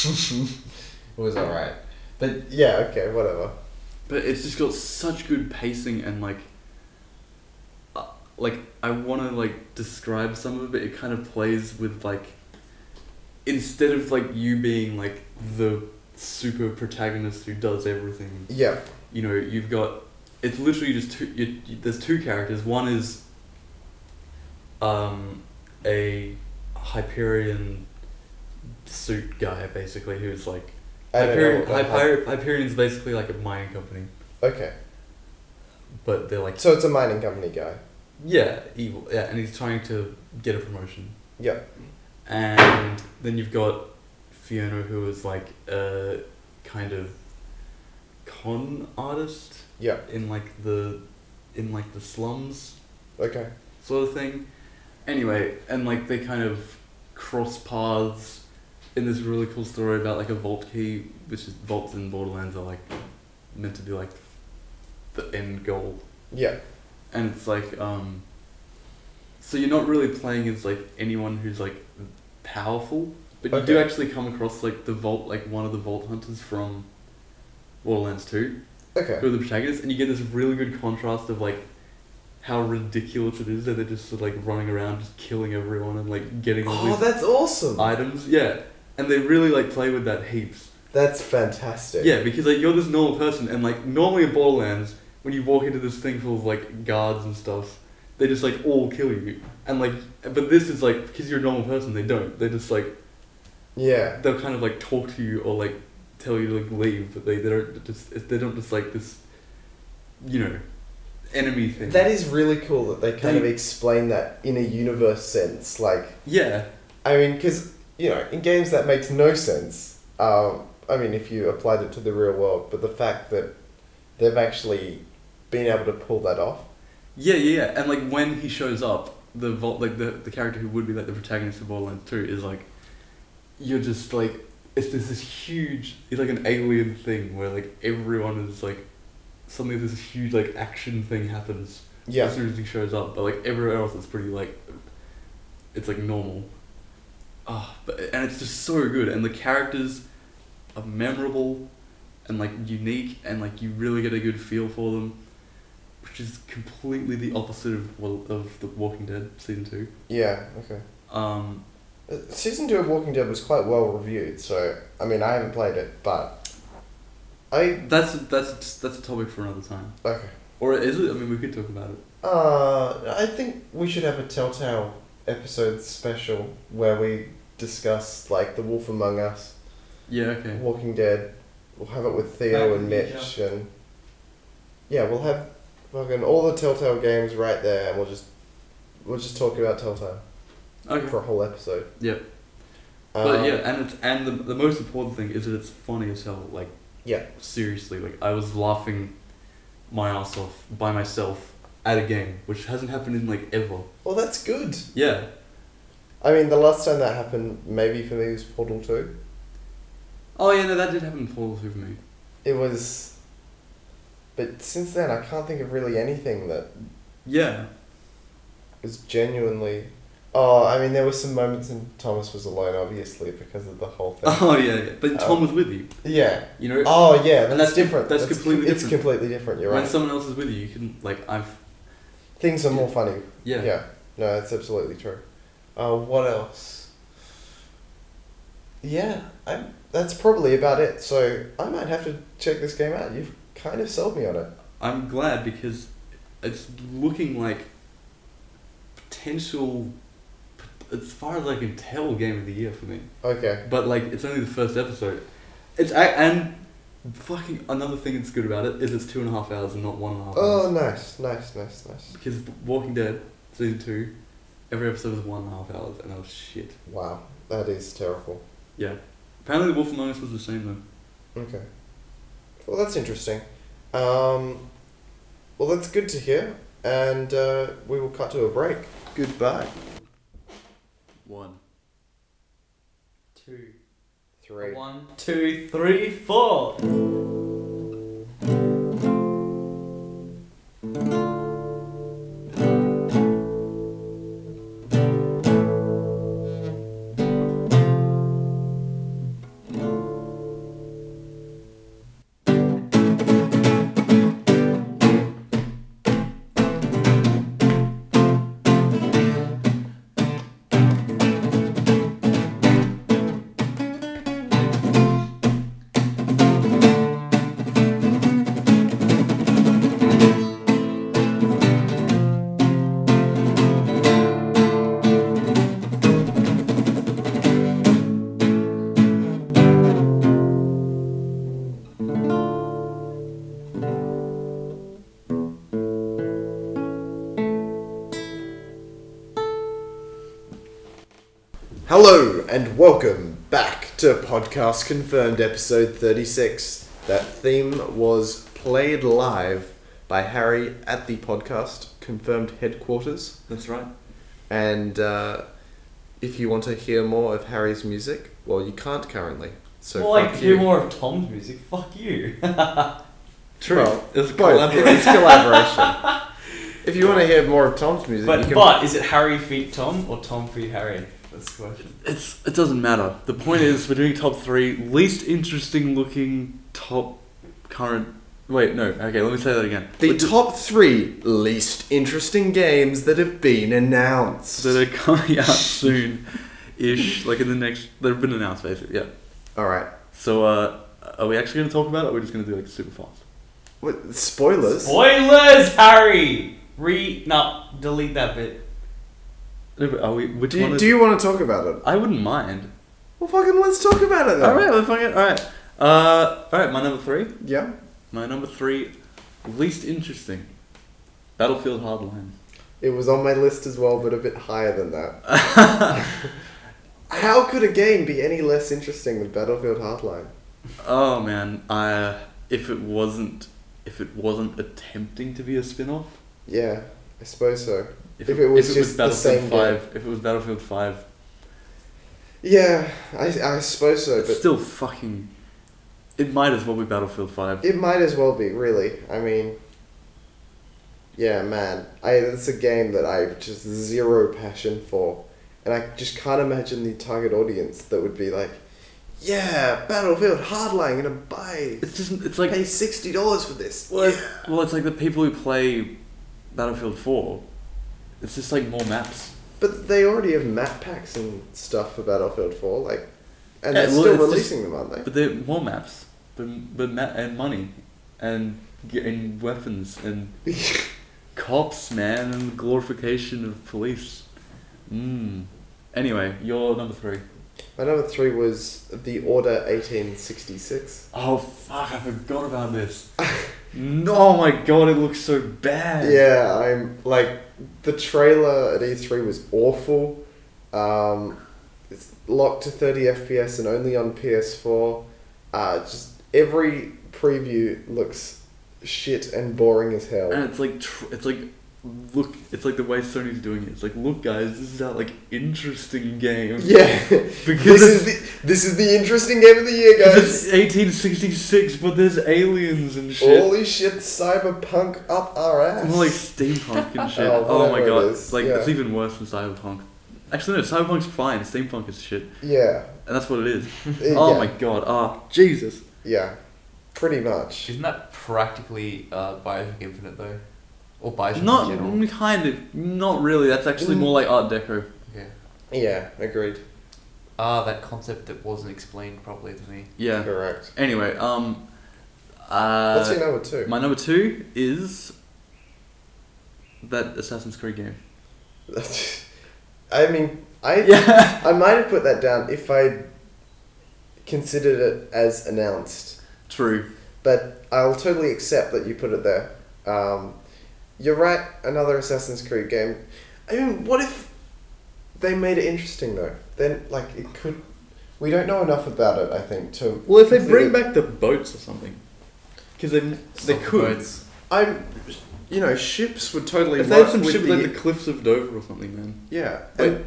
Speaker 4: It was alright.
Speaker 1: Yeah, okay, whatever.
Speaker 2: But it's just got such good pacing and like, uh, like I want to like describe some of it. It kind of plays with like, instead of like you being like the super protagonist who does everything.
Speaker 1: Yeah,
Speaker 2: You know, you've got it's literally just two. You, you- there's two characters. One is, um, a Hyperion suit guy basically who's like
Speaker 1: I don't know.
Speaker 2: Hyperion,
Speaker 1: what that hap-
Speaker 2: Hyper, Hyperion's basically like a mining company,
Speaker 1: Okay,
Speaker 2: but they're like
Speaker 1: so it's a mining company guy.
Speaker 2: yeah, evil. Yeah, and he's trying to get a promotion.
Speaker 1: Yeah.
Speaker 2: And then you've got Fiona, who is like a kind of con artist
Speaker 1: Yeah,
Speaker 2: in like the in like the slums
Speaker 1: okay.
Speaker 2: sort of thing. Anyway, and like they kind of cross paths in this really cool story about like a vault key, which is vaults in Borderlands are like meant to be like the end goal
Speaker 1: Yeah,
Speaker 2: and it's like um so you're not really playing as like anyone who's like powerful but you do
Speaker 1: Okay.
Speaker 2: actually come across like the vault like one of the vault hunters from Borderlands 2
Speaker 1: okay.
Speaker 2: who are the protagonists and you get this really good contrast of like how ridiculous it is that they're just sort of, like running around just killing everyone and like getting all
Speaker 1: Oh,
Speaker 2: these
Speaker 1: that's awesome.
Speaker 2: items yeah and they really like play with that heaps
Speaker 1: That's fantastic.
Speaker 2: yeah, because like you're this normal person, and like normally in Borderlands, when you walk into this thing full of like guards and stuff, they just like all kill you, and like but this is like because you're a normal person, they don't. They just like
Speaker 1: Yeah.
Speaker 2: they'll kind of like talk to you or like tell you to like leave, but they, they don't just they don't just like this, you know, enemy thing.
Speaker 1: That is really cool that they kind
Speaker 2: They-
Speaker 1: of explain that in a universe sense. Like,
Speaker 2: yeah,
Speaker 1: I mean, because, you know, in games that makes no sense. Um, I mean, if you applied it to the real world, but the fact that they've actually been able to pull that off.
Speaker 2: yeah, yeah, yeah, and like when he shows up, the vault like the the character who would be like the protagonist of Borderlands Two is like, you're just like it's this this huge it's like an alien thing where like everyone is like suddenly this huge like action thing happens as
Speaker 1: Yeah.
Speaker 2: soon as he shows up, but like everywhere else it's pretty like it's like normal. Ah, but and it's just so good, and the characters are memorable and like unique, and like you really get a good feel for them, which is completely the opposite of well of the Walking Dead season two.
Speaker 1: Yeah, okay.
Speaker 2: Um,
Speaker 1: Uh, Season 2 of Walking Dead was quite well reviewed, so, I mean, I haven't played it, but. I.
Speaker 2: that's that's that's a topic for another time,
Speaker 1: Okay.
Speaker 2: or is it? I mean, we could talk about it.
Speaker 1: Uh, I think we should have a Telltale episode special where we discuss like The Wolf Among Us,
Speaker 2: Yeah. Okay.
Speaker 1: Walking Dead. We'll have it with Theo
Speaker 3: Back
Speaker 1: and
Speaker 3: with
Speaker 1: Mitch, and yeah, we'll have fucking all the Telltale games right there, and we'll just we'll just talk about Telltale
Speaker 2: Okay.
Speaker 1: for a whole episode.
Speaker 2: Yep.
Speaker 1: Um,
Speaker 2: but yeah, and it's and the, the most important thing is that it's funny as hell. Like
Speaker 1: Yeah.
Speaker 2: seriously, like I was laughing my ass off by myself at a game, which hasn't happened in like ever.
Speaker 1: Well, that's good.
Speaker 2: Yeah,
Speaker 1: I mean, the last time that happened, maybe for me, was Portal Two.
Speaker 2: oh yeah, no, that did happen in Portal Two for me.
Speaker 1: It was. But since then, I can't think of really anything that
Speaker 2: Yeah,
Speaker 1: was genuinely. Oh, I mean, there were some moments in Thomas was alone, obviously, because of the whole thing.
Speaker 2: oh yeah, yeah. but Tom
Speaker 1: Um,
Speaker 2: was with you,
Speaker 1: Yeah.
Speaker 2: you know.
Speaker 1: Oh, yeah. That's,
Speaker 2: And that's com-
Speaker 1: different.
Speaker 2: that's completely
Speaker 1: com- It's
Speaker 2: different.
Speaker 1: completely different. You're
Speaker 2: when
Speaker 1: right.
Speaker 2: someone else is with you, you can like I've
Speaker 1: Things are more funny.
Speaker 2: yeah.
Speaker 1: No, that's absolutely true. Uh, what else? Yeah, I'm, that's probably about it. So I might have to check this game out. You've kind of sold me on it.
Speaker 2: I'm glad because it's looking like potential. As far as I can tell, game of the year for me.
Speaker 1: Okay.
Speaker 2: But like, it's only the first episode. It's I, and fucking another thing that's good about it is it's two and a half hours and not one and a half.
Speaker 1: Oh,
Speaker 2: hours.
Speaker 1: nice, nice, nice, nice.
Speaker 2: Because Walking Dead season two, every episode was one and a half hours, and I was shit.
Speaker 1: Wow, that is terrible.
Speaker 2: Yeah. Apparently, Wolf Among Us was the same though.
Speaker 1: Okay. Well, that's interesting. Um, well, that's good to hear, and uh, we will cut to a break. Goodbye.
Speaker 2: One.
Speaker 3: Two.
Speaker 1: Three.
Speaker 3: One, two, three, four.
Speaker 1: Hello and welcome back to Podcast Confirmed episode 36. That theme was played live by Harry at the Podcast Confirmed headquarters.
Speaker 2: That's right.
Speaker 1: And uh, if you want to hear more of Harry's music, well, you can't currently. So
Speaker 3: well, I
Speaker 1: fuck
Speaker 3: could
Speaker 1: you.
Speaker 3: hear more of Tom's music. Fuck you.
Speaker 2: True.
Speaker 1: Well,
Speaker 2: it's a
Speaker 1: Both.
Speaker 2: collaboration.
Speaker 1: It's collaboration. if you want to hear more of Tom's music, you
Speaker 3: but
Speaker 1: can
Speaker 3: but is it Harry feet Tom or Tom feet Harry? That's the question.
Speaker 2: it's it doesn't matter. The point is we're doing top three least interesting looking top current. Wait, no. Okay, let me say that again.
Speaker 1: the
Speaker 2: We're do-
Speaker 1: top three least interesting games that have been announced.
Speaker 2: that are coming out soon, ish. Like in the next, they've been announced basically. Yeah.
Speaker 1: All right.
Speaker 2: So, uh, are we actually gonna talk about it? or Are we just gonna do like super fast?
Speaker 1: What, spoilers.
Speaker 3: Spoilers, Harry. Re no, delete that bit.
Speaker 2: No, but Are we? Which
Speaker 1: do,
Speaker 2: one
Speaker 1: you,
Speaker 2: is-
Speaker 1: do you want to talk about it?
Speaker 2: I wouldn't mind.
Speaker 1: Well, fucking let's talk about it then.
Speaker 2: All right, let's fucking. All right. Uh, all right. My number three.
Speaker 1: Yeah.
Speaker 2: My number three, least interesting. Battlefield Hardline.
Speaker 1: It was on my list as well, but a bit higher than that. How could a game be any less interesting than Battlefield Hardline?
Speaker 2: Oh man, I if it wasn't if it wasn't attempting to be a spin-off.
Speaker 1: Yeah, I suppose so.
Speaker 2: If,
Speaker 1: If it was just the
Speaker 2: Battlefield
Speaker 1: same
Speaker 2: Five, if it was Battlefield Five,
Speaker 1: Yeah, I, I suppose so,
Speaker 2: it's
Speaker 1: but
Speaker 2: still fucking. It might as well be Battlefield Five.
Speaker 1: it might as well be, really. I mean, yeah, man. I, it's a game that I have just zero passion for. And I just can't imagine the target audience that would be like, yeah, Battlefield Hardline, gonna buy,
Speaker 2: It's just it's
Speaker 1: pay
Speaker 2: like
Speaker 1: $60 for this.
Speaker 2: well, it's, well, it's like the people who play Battlefield Four. It's just like more maps.
Speaker 1: But they already have map packs and stuff for Battlefield 4, like, and they're
Speaker 2: Yeah, well,
Speaker 1: still
Speaker 2: it's just-
Speaker 1: releasing them, aren't they?
Speaker 2: But they're more maps, but but ma- and money, and ge- and weapons and cops, man, and the glorification of police. Mm. Anyway, you're number three.
Speaker 1: My number three was The Order 1866.
Speaker 2: Oh fuck! I forgot about this. no, oh my god, it looks so bad.
Speaker 1: Yeah, I'm, like, the trailer at E3 was awful. Um, it's locked to 30 FPS and only on PS4. Uh, just every preview looks shit and boring as hell.
Speaker 2: And it's like tr- it's like look, it's like the way Sony's doing it. It's like look, guys, this is our like interesting game.
Speaker 1: Yeah,
Speaker 2: Because
Speaker 1: this is the this is the interesting game of the year,
Speaker 2: Because
Speaker 1: guys.
Speaker 2: It's 1866, but there's aliens and shit.
Speaker 1: Holy shit, cyberpunk up our ass.
Speaker 2: More like steampunk and shit.
Speaker 1: Oh,
Speaker 2: Oh, my
Speaker 1: whatever it
Speaker 2: god,
Speaker 1: is,
Speaker 2: like
Speaker 1: yeah.
Speaker 2: it's even worse than cyberpunk. Actually, no, cyberpunk's fine. Steampunk is shit,
Speaker 1: yeah.
Speaker 2: and that's what it is.
Speaker 1: yeah.
Speaker 2: Oh my god. Ah, Jesus.
Speaker 1: Yeah. Pretty much.
Speaker 4: Isn't that practically uh, Bioshock Infinite though, or Bioshock
Speaker 2: Not
Speaker 4: in general?
Speaker 2: mm, kind of. Not really. That's actually
Speaker 1: Mm.
Speaker 2: more like Art Deco.
Speaker 4: Okay.
Speaker 1: Yeah, agreed.
Speaker 4: Ah, that concept that wasn't explained properly to me.
Speaker 2: Yeah.
Speaker 1: Correct.
Speaker 2: Anyway, um, uh,
Speaker 1: What's your number two?
Speaker 2: my number two is that Assassin's Creed game.
Speaker 1: I mean, I
Speaker 2: Yeah.
Speaker 1: I might have put that down if I considered it as announced,
Speaker 2: True.
Speaker 1: but I'll totally accept that you put it there. Um, you're right. Another Assassin's Creed game. I mean, what if they made it interesting though? Then, like, it could. We don't know enough about it. I think to.
Speaker 2: Well, if they
Speaker 1: consider-
Speaker 2: bring back the boats or something, because they they
Speaker 4: Stop the
Speaker 2: could.
Speaker 4: boats.
Speaker 1: I'm, you know, ships would totally.
Speaker 2: If they had
Speaker 1: work
Speaker 2: some
Speaker 1: with
Speaker 2: ship
Speaker 1: the-
Speaker 2: like the cliffs of Dover or something, man.
Speaker 1: yeah, and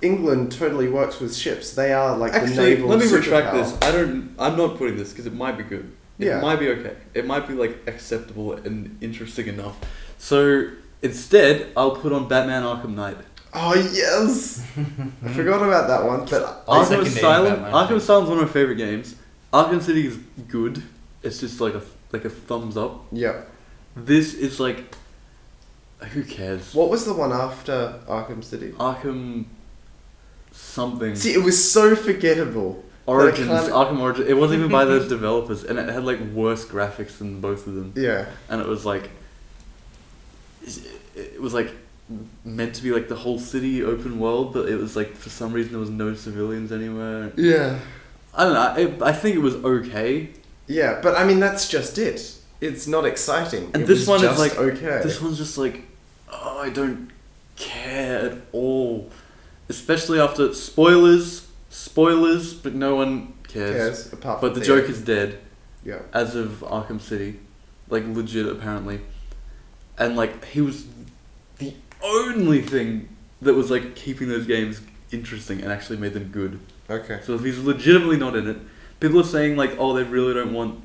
Speaker 1: England totally works with ships. They are like the
Speaker 2: Actually,
Speaker 1: naval.
Speaker 2: let me retract
Speaker 1: superpower.
Speaker 2: this. I don't. I'm not putting this because it might be good. It
Speaker 1: Yeah.
Speaker 2: might be okay. It might be like acceptable and interesting enough. So instead, I'll put on Batman Arkham Knight.
Speaker 1: Oh yes, I forgot about that one. But
Speaker 4: I'll
Speaker 2: Arkham
Speaker 4: second
Speaker 2: Asylum.
Speaker 4: Batman.
Speaker 2: Arkham Asylum is one of my favorite games. Arkham City is good. It's just like a like a thumbs up.
Speaker 1: yeah,
Speaker 2: This is like, who cares?
Speaker 1: what was the one after Arkham City?
Speaker 2: Arkham something.
Speaker 1: See, it was so forgettable.
Speaker 2: Origins,
Speaker 1: But I can't-
Speaker 2: Arkham Origins. It wasn't even by those developers, and it had like worse graphics than both of them.
Speaker 1: Yeah,
Speaker 2: And it was like, it was like meant to be like the whole city open world, but it was like for some reason there was no civilians anywhere.
Speaker 1: yeah,
Speaker 2: I don't know. I, I think it was okay.
Speaker 1: yeah. But I mean, that's just it. It's not exciting.
Speaker 2: And
Speaker 1: It
Speaker 2: this
Speaker 1: was
Speaker 2: one is
Speaker 1: just
Speaker 2: like-
Speaker 1: okay.
Speaker 2: This one's just like, oh, I don't care at all. especially after spoilers, spoilers, but no one cares.
Speaker 1: Cares, apart from
Speaker 2: But the
Speaker 1: Theo.
Speaker 2: Joker's dead
Speaker 1: Yeah.
Speaker 2: as of Arkham City, like legit apparently, and like he was the only thing that was like keeping those games interesting and actually made them good.
Speaker 1: Okay.
Speaker 2: So if he's legitimately not in it, people are saying like, oh, they really don't want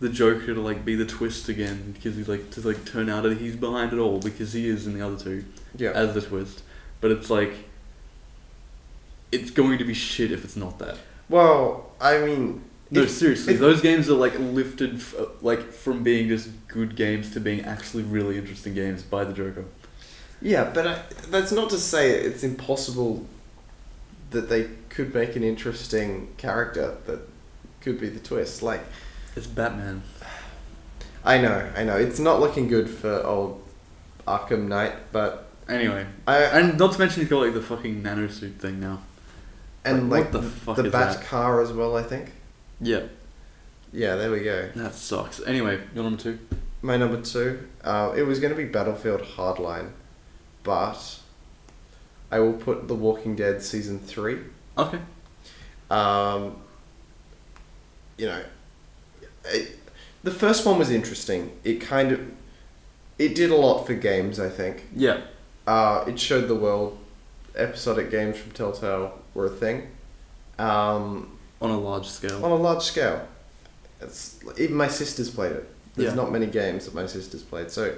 Speaker 2: the Joker to like be the twist again because he's like to like turn out that he's behind it all because he is in the other two
Speaker 1: Yeah.
Speaker 2: as the twist. But it's like, it's going to be shit if it's not that.
Speaker 1: well, I mean,
Speaker 2: No,
Speaker 1: If-
Speaker 2: seriously,
Speaker 1: if-
Speaker 2: those games are like lifted f- like from being just good games to being actually really interesting games by the Joker.
Speaker 1: yeah, but I, that's not to say it's impossible that they could make an interesting character that could be the twist. Like,
Speaker 2: It's Batman.
Speaker 1: I know, I know, it's not looking good for old Arkham Knight, but
Speaker 2: Anyway,
Speaker 1: I
Speaker 2: and not to mention he's got like the fucking nanosuit thing now.
Speaker 1: and
Speaker 2: Like,
Speaker 1: like
Speaker 2: what the fuck
Speaker 1: the
Speaker 2: is
Speaker 1: Bat
Speaker 2: that?
Speaker 1: car as well. I think.
Speaker 2: Yeah,
Speaker 1: Yeah, there we go.
Speaker 2: that sucks. Anyway, your number two.
Speaker 1: My number two, uh, it was going to be Battlefield Hardline, but I will put The Walking Dead season three.
Speaker 2: Okay.
Speaker 1: Um, you know, it, the first one was interesting. It kind of, it did a lot for games. I think.
Speaker 2: Yeah.
Speaker 1: Uh, it showed the world episodic games from Telltale were a thing. Um,
Speaker 2: On a large scale.
Speaker 1: on a large scale. It's even my sister's played it. There's
Speaker 2: Yeah.
Speaker 1: not many games that my sister's played, so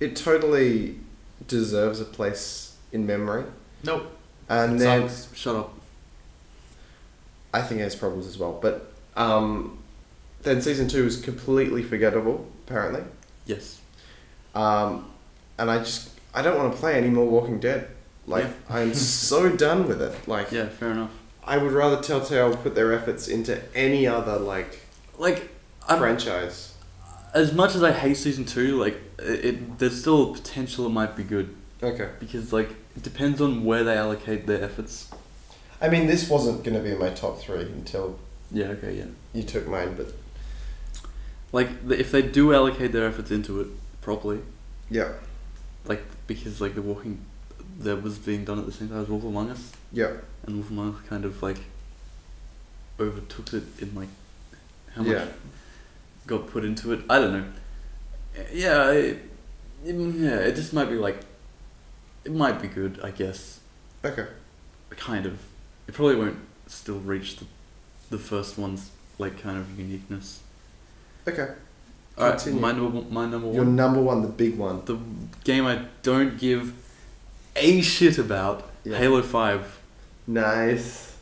Speaker 1: it totally deserves a place in memory.
Speaker 4: Nope.
Speaker 1: And
Speaker 4: It
Speaker 1: then
Speaker 4: sucks.
Speaker 2: Shut up.
Speaker 1: I think it has problems as well, but um, then season two is completely forgettable apparently,
Speaker 2: Yes.
Speaker 1: um, and I just I don't want to play any more Walking Dead. Like
Speaker 2: Yeah.
Speaker 1: I'm so done with it. Like
Speaker 2: Yeah. Fair enough.
Speaker 1: I would rather Telltale put their efforts into any other like
Speaker 2: Like, I'm,
Speaker 1: franchise.
Speaker 2: as much as I hate season two, like it, it there's still a potential it might be good
Speaker 1: Okay.
Speaker 2: because like it depends on where they allocate their efforts.
Speaker 1: I mean, this wasn't going to be in my top three until
Speaker 2: Yeah. Okay. Yeah.
Speaker 1: you took mine, but
Speaker 2: Like the, if they do allocate their efforts into it properly,
Speaker 1: yeah,
Speaker 2: like because like the Walking, that was being done at the same time as Wolf Among Us,
Speaker 1: yeah,
Speaker 2: and Wolf Among Us kind of like overtook it in like how much
Speaker 1: Yeah.
Speaker 2: got put into it. I don't know. Yeah, it, it- yeah. It just might be like, it might be good, I guess.
Speaker 1: okay,
Speaker 2: Kind of. It probably won't still reach the, the first one's like kind of uniqueness.
Speaker 1: okay.
Speaker 2: All right,
Speaker 1: Continue.
Speaker 2: my number my number
Speaker 1: Your
Speaker 2: one.
Speaker 1: number one, the big one.
Speaker 2: the game I don't give a shit about,
Speaker 1: Yeah.
Speaker 2: Halo 5.
Speaker 1: Nice.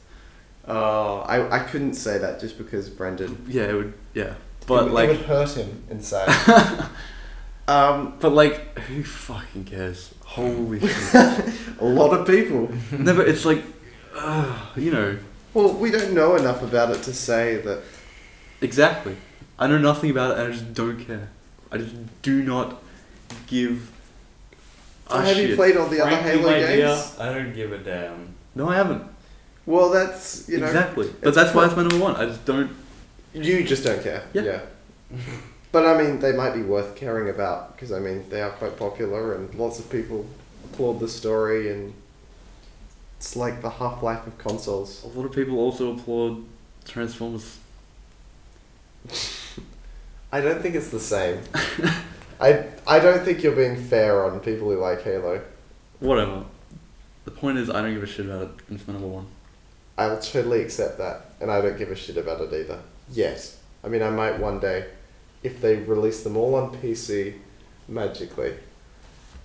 Speaker 1: Oh, I, I couldn't say that just because Brendan.
Speaker 2: Yeah, it would, yeah.
Speaker 1: it,
Speaker 2: But
Speaker 1: would- it
Speaker 2: like
Speaker 1: would hurt him inside. um,
Speaker 2: but like who fucking cares? Holy shit.
Speaker 1: a lot of people.
Speaker 2: no, but it's like uh, you know,
Speaker 1: Well, we don't know enough about it to say that.
Speaker 2: exactly. I know nothing about it and I just don't care. I just do not give a
Speaker 1: So have
Speaker 2: Oh, shit.
Speaker 1: you played all the other
Speaker 4: Frankly,
Speaker 1: Halo
Speaker 4: my
Speaker 1: games?
Speaker 4: dear, I don't give a damn.
Speaker 2: no, I haven't.
Speaker 1: Well, that's you know.
Speaker 2: exactly. But
Speaker 1: it's
Speaker 2: that's
Speaker 1: pro-
Speaker 2: why it's my number one. I just don't
Speaker 1: You just don't care.
Speaker 2: Yeah.
Speaker 1: but I mean, they might be worth caring about because I mean, they are quite popular and lots of people applaud the story and it's like the half life of consoles.
Speaker 2: a lot of people also applaud Transformers.
Speaker 1: I don't think it's the same. I I don't think you're being fair on people who like Halo.
Speaker 2: Whatever. The point is I don't give a shit about it. and It's my number one.
Speaker 1: I'll totally accept that, and I don't give a shit about it either. Yet, I mean, I might one day, if they release them all on PC, magically,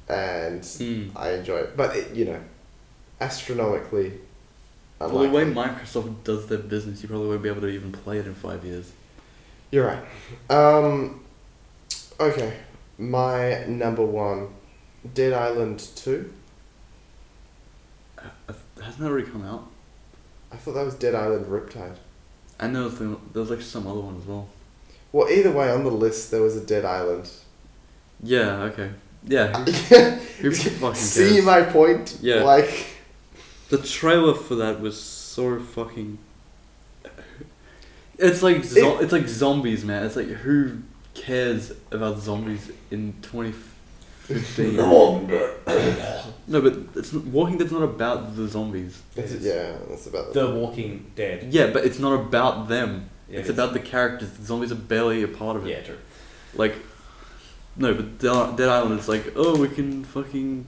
Speaker 1: and
Speaker 2: Mm.
Speaker 1: I enjoy it. But it, you know, astronomically,
Speaker 2: Well, the way
Speaker 1: unlikely.
Speaker 2: Microsoft does their business, you probably won't be able to even play it in five years.
Speaker 1: you're right. Um, okay, my number one, Dead Island Two.
Speaker 2: Uh, Hasn't that already come out?
Speaker 1: I thought that was Dead Island Riptide.
Speaker 2: And there was, the, there was like some other one as well.
Speaker 1: Well, either way, on the list there was a Dead Island.
Speaker 2: Yeah, okay. Yeah, who, who fucking cares?
Speaker 1: See my point?
Speaker 2: Yeah.
Speaker 1: Like,
Speaker 2: the trailer for that was so fucking. It's like zo-
Speaker 1: It-
Speaker 2: it's like zombies, man. It's like who cares about zombies in twenty fifteen. no, but it's not, Walking Dead's not about the zombies.
Speaker 1: It's,
Speaker 3: Yes.
Speaker 1: yeah, that's about
Speaker 3: The Walking Dead.
Speaker 2: Yeah, but it's not about them.
Speaker 3: Yeah,
Speaker 2: it's about the characters. The zombies are barely a part of it.
Speaker 3: Yeah, true.
Speaker 2: Like, no, but Dead Dead Island is like, oh, we can fucking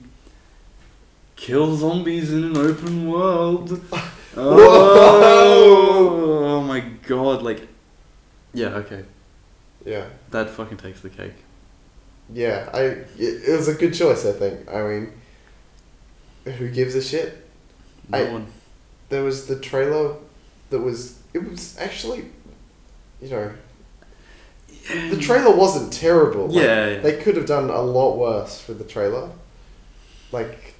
Speaker 2: kill zombies in an open world. Oh, oh my god! Like, yeah, okay,
Speaker 1: Yeah.
Speaker 2: that fucking takes the cake.
Speaker 1: Yeah, I it, it was a good choice, I think. I mean, who gives a shit?
Speaker 2: No
Speaker 1: I-
Speaker 2: one.
Speaker 1: There was the trailer that was it was actually you know, the trailer wasn't terrible. Like,
Speaker 2: Um, Yeah, yeah.
Speaker 1: They could have done a lot worse for the trailer. Like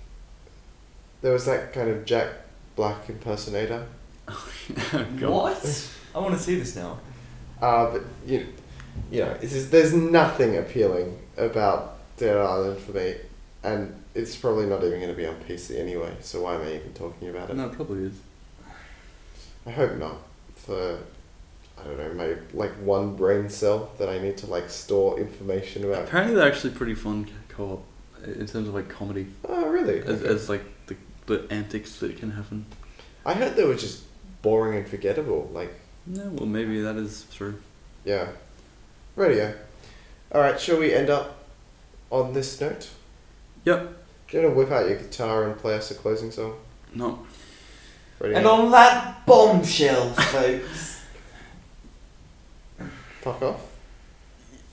Speaker 1: there was that kind of Jack Black impersonator.
Speaker 2: Oh, God.
Speaker 4: What? I want to see this now.
Speaker 1: Uh, but you, you know, it's just, there's nothing appealing about Dead Island for me, and it's probably not even going to be on PC anyway. So why am I even talking about it?
Speaker 2: No, it probably is.
Speaker 1: I hope not. For I don't know, maybe like one brain cell that I need to like store information about.
Speaker 2: Apparently, they're actually pretty fun co- co-op in terms of like comedy,
Speaker 1: Oh really?
Speaker 2: as, as like the the antics that can happen.
Speaker 1: I heard they were just boring and forgettable. Like
Speaker 2: No, well, maybe that is true.
Speaker 1: yeah, radio. All right, shall we end up on this note?
Speaker 2: Yep.
Speaker 1: Do you want to whip out your guitar and play us a closing song?
Speaker 2: No.
Speaker 1: Ready?
Speaker 3: And on that bombshell, folks.
Speaker 1: Fuck off.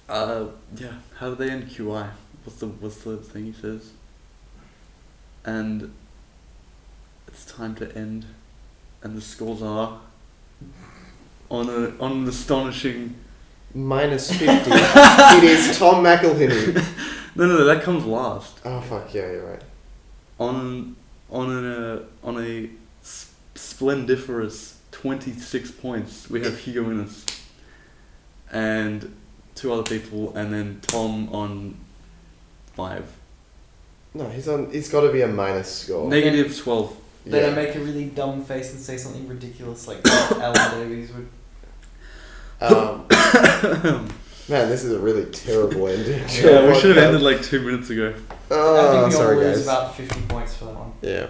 Speaker 2: Uh, yeah. How do they end QI? What's the what's the thing he says? And it's time to end, and the scores are on a on an astonishing.
Speaker 1: Minus 50. it is Tom McElhinney.
Speaker 2: No, no, no. That comes last.
Speaker 1: Oh, fuck, yeah, you're right.
Speaker 2: on on an, uh, on a s- splendiferous 26 points we have Hugo Innes and two other people and then Tom on 5
Speaker 1: No, he's on. He's got to be a minus score.
Speaker 2: negative 12
Speaker 1: yeah.
Speaker 3: Then I make a really dumb face and say something ridiculous like Alan Davies would.
Speaker 1: um, man, this is a really terrible ending. to
Speaker 2: yeah
Speaker 1: a
Speaker 2: we should have
Speaker 1: podcast.
Speaker 2: ended like 2 minutes ago
Speaker 1: Oh,
Speaker 3: I think we all
Speaker 1: sorry,
Speaker 3: lose
Speaker 1: guys.
Speaker 3: about 50 points for that one.
Speaker 1: yeah.